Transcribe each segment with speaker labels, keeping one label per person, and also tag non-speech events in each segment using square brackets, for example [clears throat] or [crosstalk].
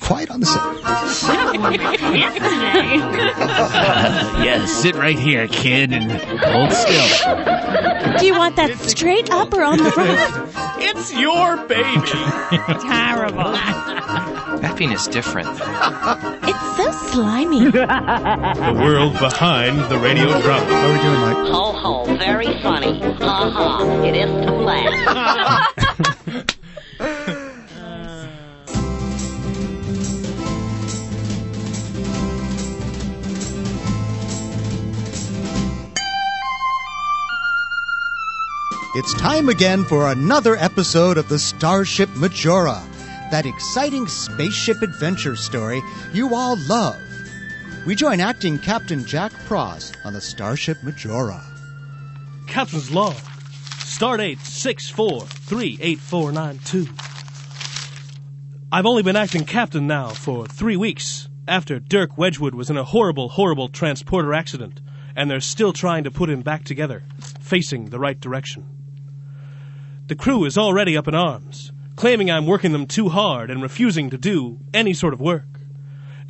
Speaker 1: quiet on the set.
Speaker 2: yeah, sit right here, kid, and hold still.
Speaker 3: Do you want that straight up or on the rough?
Speaker 2: [laughs] It's your baby.
Speaker 3: Terrible.
Speaker 4: Mapping is different.
Speaker 3: It's so slimy.
Speaker 5: The world behind the radio drama.
Speaker 1: How are we doing, Mike?
Speaker 6: Ho ho, very funny. Ha ha, it is to laugh.
Speaker 1: It's time again for another episode of the Starship Majora, that exciting spaceship adventure story you all love. We join acting Captain Jack Pross on the Starship Majora.
Speaker 7: Captain's log. Start eight six four three eight four nine two. I've only been acting captain now for three weeks after Dirk Wedgwood was in a horrible, horrible transporter accident, and they're still trying to put him back together, facing the right direction. The crew is already up in arms, claiming I'm working them too hard and refusing to do any sort of work.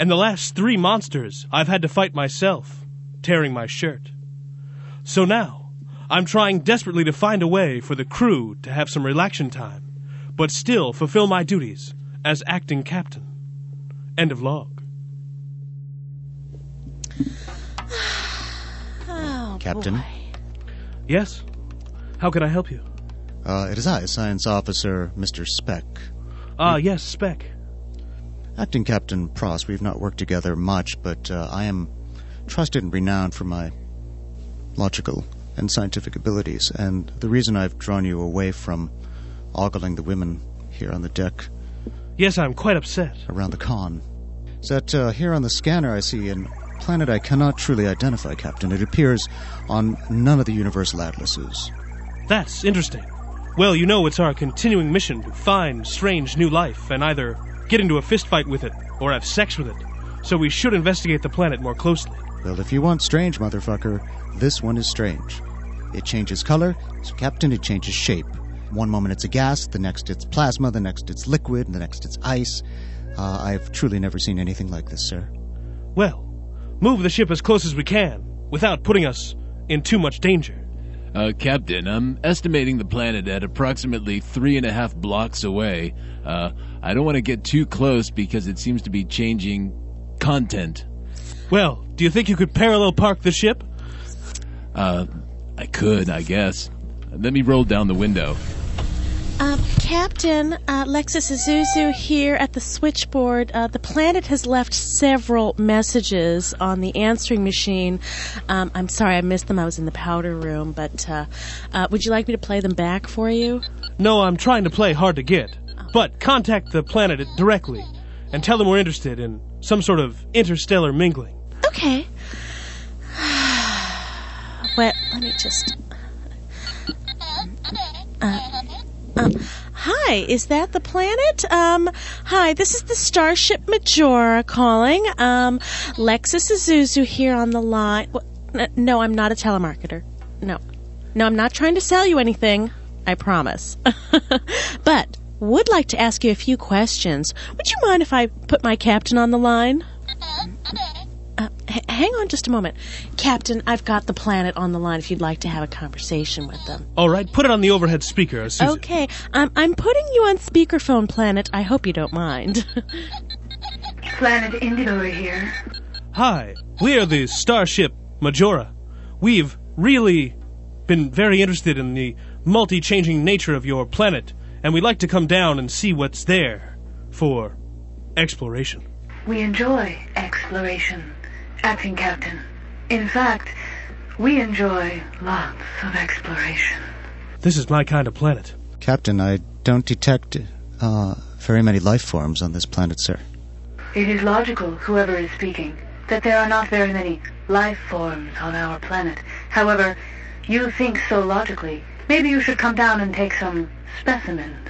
Speaker 7: And the last three monsters I've had to fight myself, tearing my shirt. So now, I'm trying desperately to find a way for the crew to have some relaxation time, but still fulfill my duties as acting captain. End of log.
Speaker 3: Oh,
Speaker 1: Captain,
Speaker 7: Yes? How can I help you?
Speaker 1: uh, it is I, Science Officer Mr. Speck.
Speaker 7: Ah, yes, Spec.
Speaker 1: Acting Captain Pross, we've not worked together much, but uh, I am trusted and renowned for my logical and scientific abilities. And the reason I've drawn you away from ogling the women here on the deck
Speaker 7: Yes, I'm quite upset.
Speaker 1: around the con is that uh, here on the scanner I see an planet I cannot truly identify, Captain. It appears on none of the universal atlases.
Speaker 7: That's interesting. Well, you know it's our continuing mission to find strange new life and either get into a fistfight with it or have sex with it, so we should investigate the planet more closely.
Speaker 1: Well, if you want strange, motherfucker, this one is strange. It changes color, so Captain, it changes shape. One moment it's a gas, the next it's plasma, the next it's liquid, and the next it's ice. Uh, I've truly never seen anything like this, sir.
Speaker 7: Well, move the ship as close as we can without putting us in too much danger.
Speaker 2: Uh, Captain, I'm estimating the planet at approximately three and a half blocks away. Uh, I don't want to get too close because it seems to be changing content.
Speaker 7: Well, do you think you could parallel park the ship?
Speaker 2: Uh, I could, I guess. Let me roll down the window.
Speaker 3: Um, Captain uh, Lexus Isuzu here at the switchboard. Uh, the planet has left several messages on the answering machine. Um, I'm sorry I missed them. I was in the powder room, but uh, uh, would you like me to play them back for you?
Speaker 7: No, I'm trying to play hard to get, but contact the planet directly and tell them we're interested in some sort of interstellar mingling.
Speaker 3: Okay. Wait, let me just. Uh, um, hi, is that the planet? Um, hi, this is the Starship Majora calling. Um, Lexus Isuzu here on the line. Wha- n- No, I'm not a telemarketer. No. No, I'm not trying to sell you anything. I promise. [laughs] but would like to ask you a few questions. Would you mind if I put my captain on the line? Uh, h- hang on just a moment. Captain, I've got the planet on the line if you'd like to have a conversation with them.
Speaker 7: All right, put it on the overhead speaker, Susan.
Speaker 3: Okay, um, I'm putting you on speakerphone, Planet. I hope you don't mind. [laughs]
Speaker 8: Planet Indigo here.
Speaker 7: Hi, we're the starship Majora. We've really been very interested in the multi changing nature of your planet, and we'd like to come down and see what's there for exploration.
Speaker 8: We enjoy exploration, acting captain. In fact, we enjoy lots of exploration.
Speaker 7: This is my kind of planet.
Speaker 1: Captain, I don't detect uh, very many life forms on this planet, sir.
Speaker 8: It is logical, whoever is speaking, that there are not very many life forms on our planet. However, you think so logically. Maybe you should come down and take some specimens.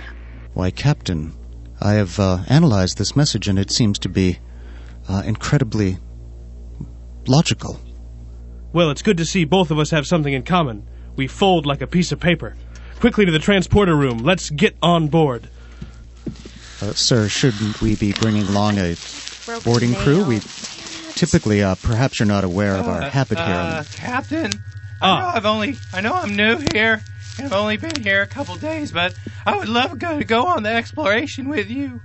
Speaker 1: Why, Captain, I have uh, analyzed this message and it seems to be uh, incredibly logical.
Speaker 7: Well, it's good to see both of us have something in common. We fold like a piece of paper. Quickly to the transporter room. Let's get on board.
Speaker 1: Uh, sir, shouldn't we be bringing along a boarding crew? We typically, uh, perhaps you're not aware of our habit here. on
Speaker 9: Uh,
Speaker 1: the-
Speaker 9: Captain,
Speaker 7: Ah.
Speaker 9: I know I've only I know I'm new here. and I've only been here a couple days, but I would love go, to go on the exploration with you.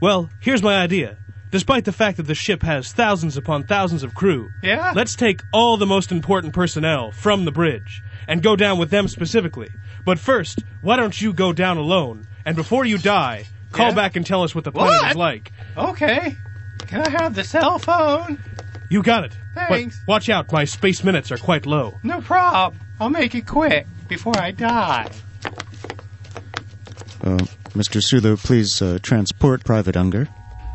Speaker 7: Well, here's my idea. Despite the fact that the ship has thousands upon thousands of crew,
Speaker 9: Yeah?
Speaker 7: let's take all the most important personnel from the bridge and go down with them specifically. But first, why don't you go down alone? And before you die, call
Speaker 9: Yeah?
Speaker 7: back and tell us what the planet is
Speaker 9: What?
Speaker 7: like.
Speaker 9: Okay. Can I have the cell phone?
Speaker 7: You got it. But
Speaker 9: Thanks.
Speaker 7: watch out, my space minutes are quite low.
Speaker 9: No prob. I'll make it quick before I die.
Speaker 1: Uh, Mr. Sulu, please uh, transport Private Unger.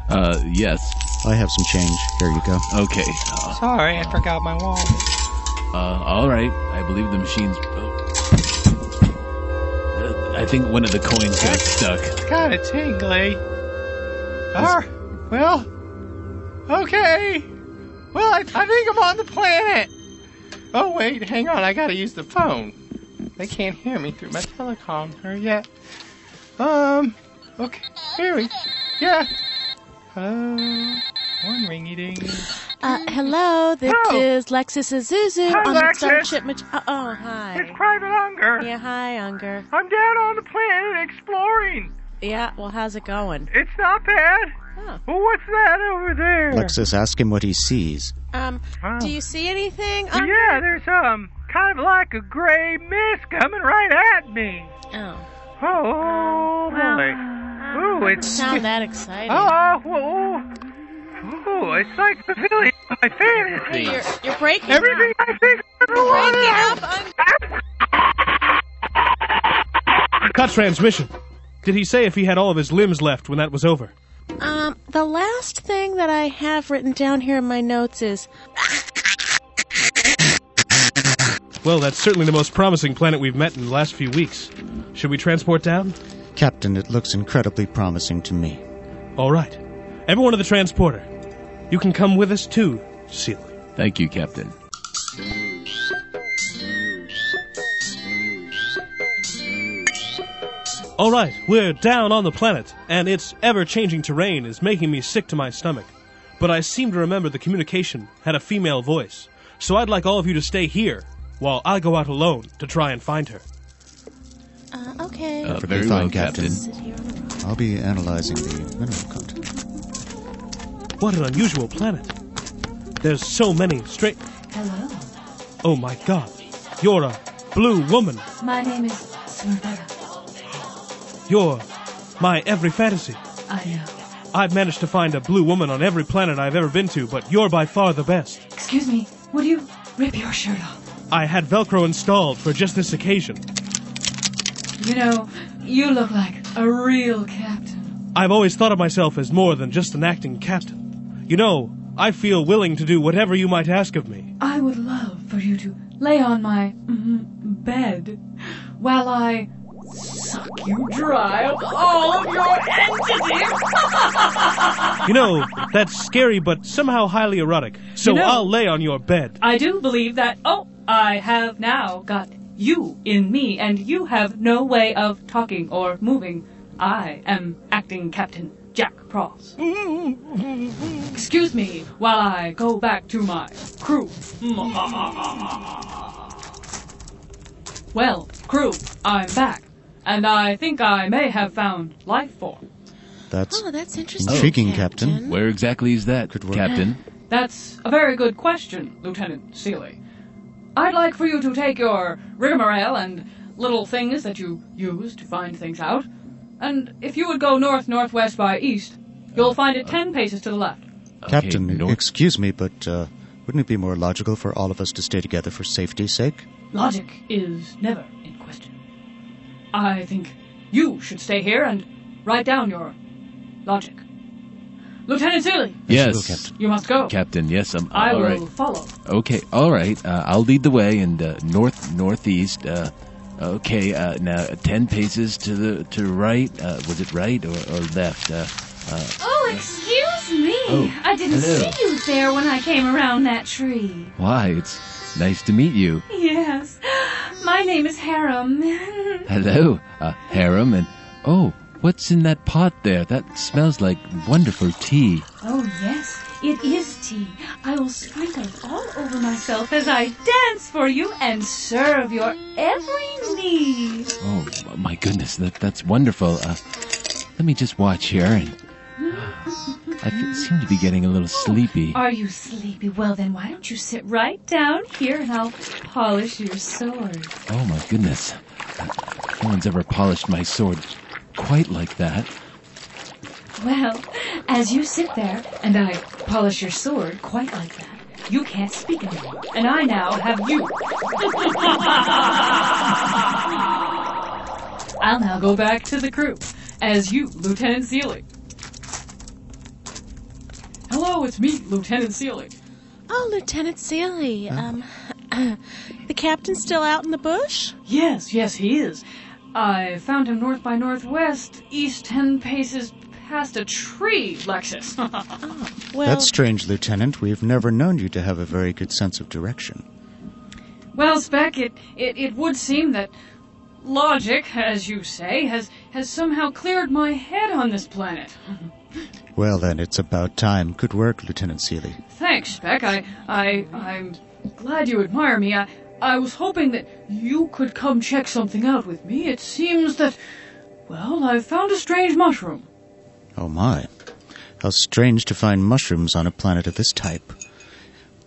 Speaker 2: Uh, yes.
Speaker 1: I have some change. Here you go.
Speaker 2: Okay. Uh,
Speaker 9: Sorry, I forgot my wallet.
Speaker 2: uh, all right. I believe the machine's. Uh, I think one of the coins got stuck.
Speaker 9: Kind of tingly. Ah, well, okay. Well, I, I think I'm on the planet. Oh, wait, hang on. I gotta use the phone. They can't hear me through my teleconference yet. Um, okay. Here we Yeah. Hello. One ringy ding.
Speaker 3: Uh, hello, this
Speaker 9: Hello.
Speaker 3: is Lexus Azuzu
Speaker 9: Hi,
Speaker 3: on
Speaker 9: Lexus.
Speaker 3: the Starship Maj- uh, Oh, hi.
Speaker 9: Private Hunger.
Speaker 3: Yeah, hi, Unger.
Speaker 9: I'm down on the planet exploring.
Speaker 3: Yeah, well, how's it going?
Speaker 9: It's not bad.
Speaker 3: Oh.
Speaker 9: Well, what's that over there?
Speaker 1: Lexus, ask him what he sees.
Speaker 3: Um, do you see anything? Unger?
Speaker 9: Yeah, there's um kind of like a gray mist coming right at me.
Speaker 3: Oh,
Speaker 9: Oh boy! Ooh, it's
Speaker 3: sound that exciting.
Speaker 9: oh, whoa, ooh, it's like fulfilling my fantasy.
Speaker 3: You're, you're breaking
Speaker 9: Everything
Speaker 3: up.
Speaker 9: I think I ever
Speaker 3: Breaking
Speaker 9: wanted.
Speaker 3: up, Unger.
Speaker 7: Cut transmission. Did he say if he had all of his limbs left when that was over?
Speaker 3: Um, the last thing that I have written down here in my notes is
Speaker 7: Well, that's certainly the most promising planet we've met in the last few weeks. Should we transport down?
Speaker 1: Captain, it looks incredibly promising to me.
Speaker 7: All right. Everyone to the transporter. You can come with us too, Celia.
Speaker 2: Thank you, Captain.
Speaker 7: All right, we're down on the planet, and its ever changing terrain is making me sick to my stomach. But I seem to remember the communication had a female voice, so I'd like all of you to stay here while I go out alone to try and find her.
Speaker 3: uh, okay.
Speaker 2: Uh,
Speaker 1: Perfectly
Speaker 2: very
Speaker 1: fine,
Speaker 2: well,
Speaker 1: Captain.
Speaker 2: Captain.
Speaker 3: Sit here on the rock.
Speaker 1: I'll be analyzing the mineral content.
Speaker 7: What an unusual planet. There's so many straight.
Speaker 8: Hello.
Speaker 7: Oh my god. You're a blue woman.
Speaker 8: My name is Smurda.
Speaker 7: You're my every fantasy.
Speaker 8: I know.
Speaker 7: I've managed to find a blue woman on every planet I've ever been to, but you're by far the best.
Speaker 8: Excuse me, would you rip your shirt off?
Speaker 7: I had Velcro installed for just this occasion.
Speaker 8: You know, you look like a real captain.
Speaker 7: I've always thought of myself as more than just an acting captain. You know, I feel willing to do whatever you might ask of me.
Speaker 8: I would love for you to lay on my mhm, bed while I suck you dry of all of your entities.
Speaker 7: You know, that's scary but somehow highly erotic. So
Speaker 8: You know-
Speaker 7: I'll lay on your bed.
Speaker 8: I do believe that, oh, I have now got you in me, and you have no way of talking or moving. I am acting Captain Jack Cross. Excuse me while I go back to my crew. Well, crew, I'm back, and I think I may have found life form.
Speaker 1: That's
Speaker 3: Oh, that's interesting.
Speaker 1: Intriguing, Captain.
Speaker 2: Where exactly is that,
Speaker 1: work.
Speaker 2: Captain?
Speaker 8: That's a very good question, Lieutenant Seeley. I'd like for you to take your rigmarole and little things that you use to find things out, and if you would go north northwest by east, you'll find it ten paces to the left.
Speaker 1: Captain,
Speaker 2: Okay, north-
Speaker 1: excuse me, but uh, wouldn't it be more logical for all of us to stay together for safety's sake?
Speaker 8: Logic is never in question. I think you should stay here and write down your logic. Lieutenant Seeley,
Speaker 2: yes,
Speaker 1: Captain.
Speaker 8: you must go.
Speaker 2: Captain. Yes, I'm.
Speaker 8: I
Speaker 2: all
Speaker 8: will
Speaker 2: right.
Speaker 8: follow.
Speaker 2: Okay, all right. Uh, I'll lead the way and uh, north northeast. Uh, okay, uh, now ten paces to the to right. Uh, was it right or, or left? Uh,
Speaker 10: Oh, excuse me.
Speaker 2: Oh,
Speaker 10: I didn't
Speaker 2: hello.
Speaker 10: see you there when I came around that tree.
Speaker 2: why? It's nice to meet you.
Speaker 10: Yes. My name is Harem. [laughs]
Speaker 2: Hello, uh, Harem, and oh What's in that pot there? That smells like wonderful tea.
Speaker 8: Oh, yes, it is tea. I will sprinkle it all over myself as I dance for you and serve your every need.
Speaker 2: Oh my goodness, that that's wonderful. Uh, let me just watch here, and I f- seem to be getting a little sleepy.
Speaker 8: Are you sleepy? Well, then, why don't you sit right down here and I'll polish your sword?
Speaker 2: Oh my goodness, no one's ever polished my sword quite like that.
Speaker 8: Well, as you sit there and I polish your sword quite like that, you can't speak anymore. And I now have you. [laughs] I'll now go back to the crew as you, Lieutenant Seelig. Hello, it's me, Lieutenant Seelig.
Speaker 3: Oh, Lieutenant Seely. Um, [clears throat] the captain's still out in the bush?
Speaker 8: Yes, yes, he is. I found him north by northwest, east ten paces past a tree, Lexus. [laughs]
Speaker 3: Well,
Speaker 1: That's strange, Lieutenant. We've never known you to have a very good sense of direction.
Speaker 8: Well, Spec, it, it, it would seem that logic, as you say, has, has somehow cleared my head on this planet.
Speaker 1: Well, then, it's about time. Good work, Lieutenant Seeley.
Speaker 8: Thanks, Spec. I, I, I'm glad you admire me. I, I was hoping that you could come check something out with me. It seems that, well, I've found a strange mushroom.
Speaker 1: Oh, my. How strange to find mushrooms on a planet of this type.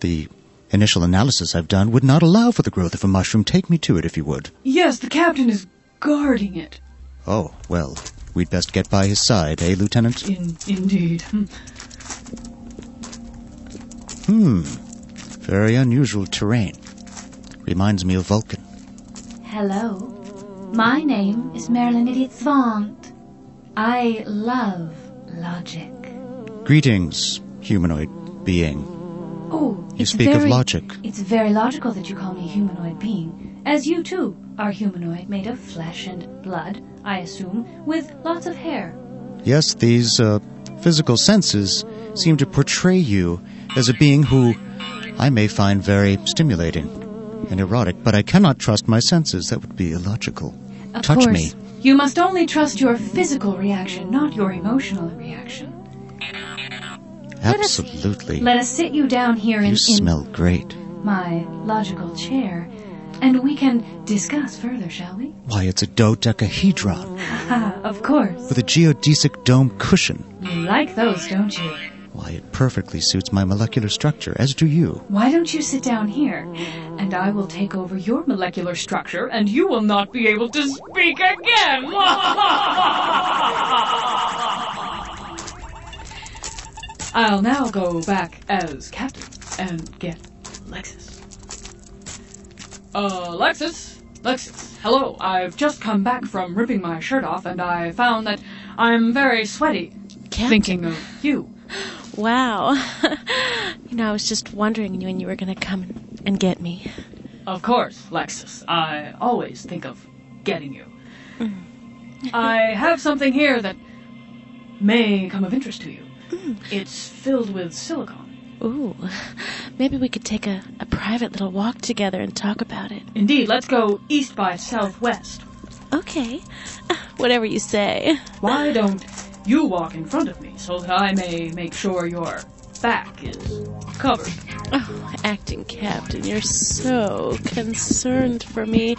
Speaker 1: The initial analysis I've done would not allow for the growth of a mushroom. Take me to it if you would.
Speaker 8: Yes, the captain is guarding it.
Speaker 1: Oh, well, we'd best get by his side, eh, Lieutenant?
Speaker 8: In, indeed. [laughs] Hmm.
Speaker 1: Hmm. Very unusual terrain. Reminds me of Vulcan.
Speaker 9: Hello. My name is Marilyn Edith Vaughn. I love logic.
Speaker 1: Greetings, humanoid being.
Speaker 9: Oh,
Speaker 1: You
Speaker 9: it's
Speaker 1: speak of
Speaker 9: very,
Speaker 1: logic.
Speaker 9: It's very logical that you call me a humanoid being, as you too are humanoid, made of flesh and blood, I assume, with lots of hair.
Speaker 1: Yes, these uh, physical senses seem to portray you as a being who I may find very stimulating and erotic, but I cannot trust my senses. That would be illogical.
Speaker 9: Of
Speaker 1: Touch
Speaker 9: course,
Speaker 1: me.
Speaker 9: You must only trust your physical reaction, not your emotional reaction.
Speaker 1: Absolutely.
Speaker 9: Let us sit you down here in,
Speaker 1: you
Speaker 9: in
Speaker 1: smell great.
Speaker 9: my logical chair, and we can discuss further, shall we?
Speaker 1: Why, it's a dodecahedron
Speaker 9: Haha, of course.
Speaker 1: with a geodesic dome cushion.
Speaker 9: You like those, don't you?
Speaker 1: Why, it perfectly suits my molecular structure, as do you.
Speaker 9: Why don't you sit down here? And I will take over your molecular structure, and you will not be able to speak again! [laughs] I'll now go back as captain and get Lexus. Uh, Lexus? Lexus, hello. I've just come back from ripping my shirt off, and I found that I'm very sweaty thinking of you.
Speaker 3: Wow. [laughs] you know, I was just wondering when you were going to come and- and get me.
Speaker 9: Of course, Lexus. I always think of getting you. I have something here that may come of interest to you. It's filled with silicone.
Speaker 3: Ooh, maybe we could take a, a private little walk together and talk about it.
Speaker 9: Indeed, let's go east by southwest.
Speaker 3: Okay, [laughs] whatever you say.
Speaker 9: Why don't you walk in front of me so that I may make sure your back is covered?
Speaker 3: Oh, acting captain, you're so concerned for me,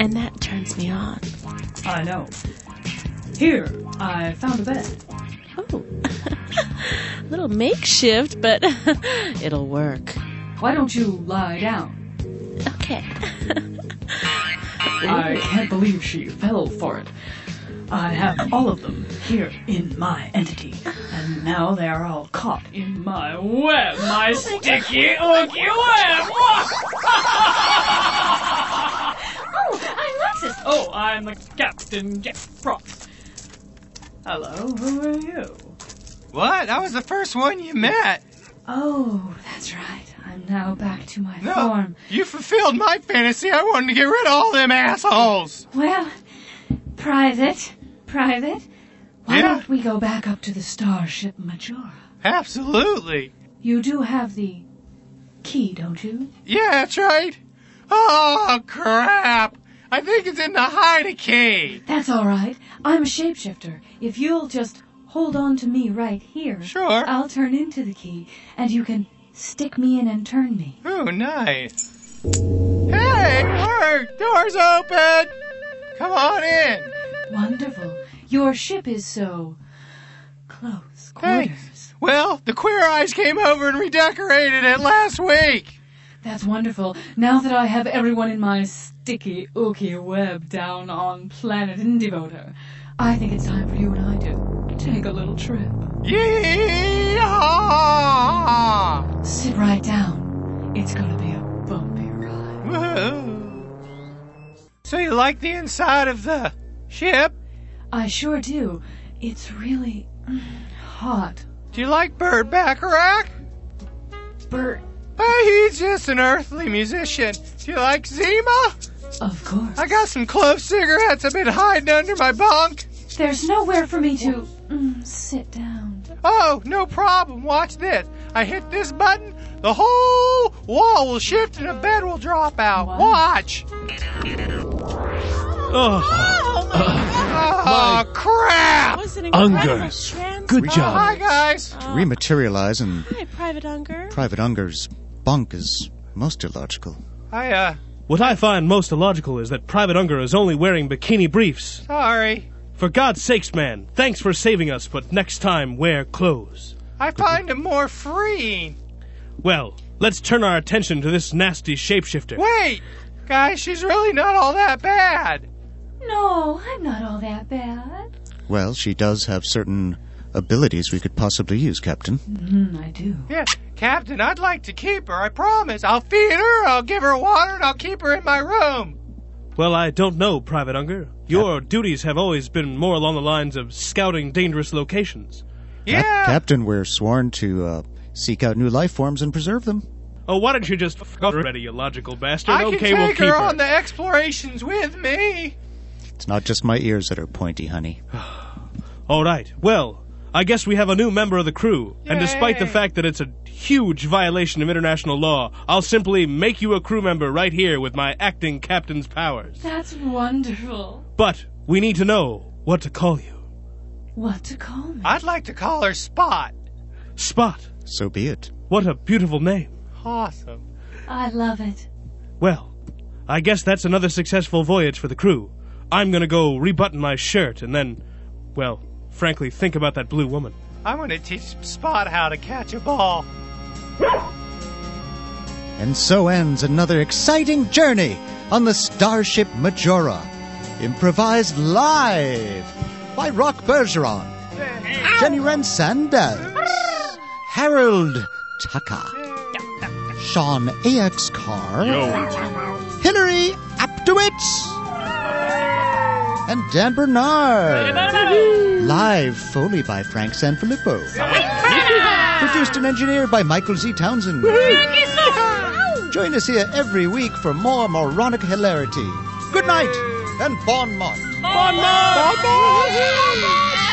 Speaker 3: and that turns me on.
Speaker 9: I know. Here, I found a bed.
Speaker 3: Oh, a little makeshift, but [laughs] it'll work.
Speaker 9: Why don't you lie down?
Speaker 3: Okay.
Speaker 9: I can't believe she fell for it. I have all of them here in my entity, and now they are all caught in my web, my sticky, ooky web. oh, I'm Lexus. Oh, I'm the captain. Get props. Hello, who are you?
Speaker 5: What? I was the first one you met.
Speaker 9: Oh, that's right. I'm now back to my
Speaker 5: No,
Speaker 9: form.
Speaker 5: you fulfilled my fantasy. I wanted to get rid of all them assholes.
Speaker 9: Well, private, private. Why
Speaker 5: Yeah.
Speaker 9: don't we go back up to the starship Majora?
Speaker 5: Absolutely.
Speaker 9: You do have the key, don't you?
Speaker 5: Yeah, that's right. Oh crap!
Speaker 9: I think it's in the Heineke.
Speaker 11: That's all right. I'm a shapeshifter. If you'll just hold on to me right here,
Speaker 9: Sure.
Speaker 11: I'll turn into the key, and you can stick me in and turn me.
Speaker 9: Oh, nice. Hey, work! Doors open! Come on in!
Speaker 11: Wonderful. Your ship is so close.
Speaker 9: Thanks. Well, the Queer Eyes came over and redecorated it last week.
Speaker 10: That's wonderful. Now that I have everyone in my sticky, ooky web down on planet Indivoter, I think it's time for you and I to take a little trip.
Speaker 9: Yeehaw!
Speaker 10: Sit right down. It's gonna be a bumpy ride.
Speaker 9: Woohoo! So you like the inside of the ship?
Speaker 11: I sure do. It's really mm, hot.
Speaker 9: Do you like Bert Bacharach?
Speaker 11: Bert,
Speaker 9: Oh, he's just an earthly musician. Do you like Zima?
Speaker 11: Of course.
Speaker 9: I got some clove cigarettes I've been hiding under my bunk.
Speaker 11: there's nowhere for me to mm, sit down.
Speaker 9: Oh, no problem. Watch this. I hit this button, the whole wall will shift and a bed will drop out. Watch.
Speaker 3: Oh my
Speaker 9: Oh, crap!
Speaker 3: was an incredible
Speaker 1: Ungers.
Speaker 3: trans-
Speaker 1: Good job.
Speaker 9: Hi, guys.
Speaker 1: Rematerialize and
Speaker 3: Hi, Private Unger.
Speaker 1: Private Unger's bunk is most illogical.
Speaker 9: I, uh,
Speaker 7: What I find most illogical is that Private Unger is only wearing bikini briefs.
Speaker 9: sorry.
Speaker 7: For God's sakes, man, thanks for saving us, but next time wear clothes.
Speaker 9: I find him more freeing.
Speaker 7: Well, let's turn our attention to this nasty shapeshifter.
Speaker 9: Wait, guys, she's really not all that bad.
Speaker 11: No, I'm not all that bad.
Speaker 1: Well, she does have certain abilities we could possibly use, Captain.
Speaker 11: Mm, I do.
Speaker 9: Yeah, Captain, I'd like to keep her. I promise. I'll feed her, I'll give her water, and I'll keep her in my room.
Speaker 7: Well, I don't know, Private Unger. Your duties have always been more along the lines of scouting dangerous locations.
Speaker 1: Cap- Captain, we're sworn to uh, seek out new life forms and preserve them.
Speaker 7: Oh, why don't you just f already, you logical bastard?
Speaker 9: I can
Speaker 7: okay,
Speaker 9: take
Speaker 7: we'll keep
Speaker 9: her,
Speaker 7: her.
Speaker 9: on the explorations with me.
Speaker 1: It's not just my ears that are pointy, honey.
Speaker 7: All right. Well, I guess we have a new member of the crew. And despite the
Speaker 9: Yay.
Speaker 7: fact that it's a huge violation of international law, I'll simply make you a crew member right here with my acting captain's powers.
Speaker 10: That's wonderful.
Speaker 7: But we need to know what to call you.
Speaker 11: What to call me?
Speaker 9: I'd like to call her Spot.
Speaker 7: Spot.
Speaker 1: So be it.
Speaker 7: What a beautiful name.
Speaker 9: Awesome.
Speaker 11: I love it.
Speaker 7: Well, I guess that's another successful voyage for the crew. I'm gonna go rebutton my shirt and then, well, frankly, think about that blue woman.
Speaker 9: I'm going to teach Spot how to catch a ball.
Speaker 1: And so ends another exciting journey on the Starship Majora, improvised live by Rock Bergeron, Jenny Wren Sanders, Harold Tucker, Sean AX Carr, Hillary Aptowitz, and Dan Bernard. Live Foley by Frank Sanfilippo. Produced and engineered by Michael Z. Townsend. Join us here every week for more moronic hilarity. Good night and bon mot.
Speaker 9: Bye, Mom. Bye, Mom.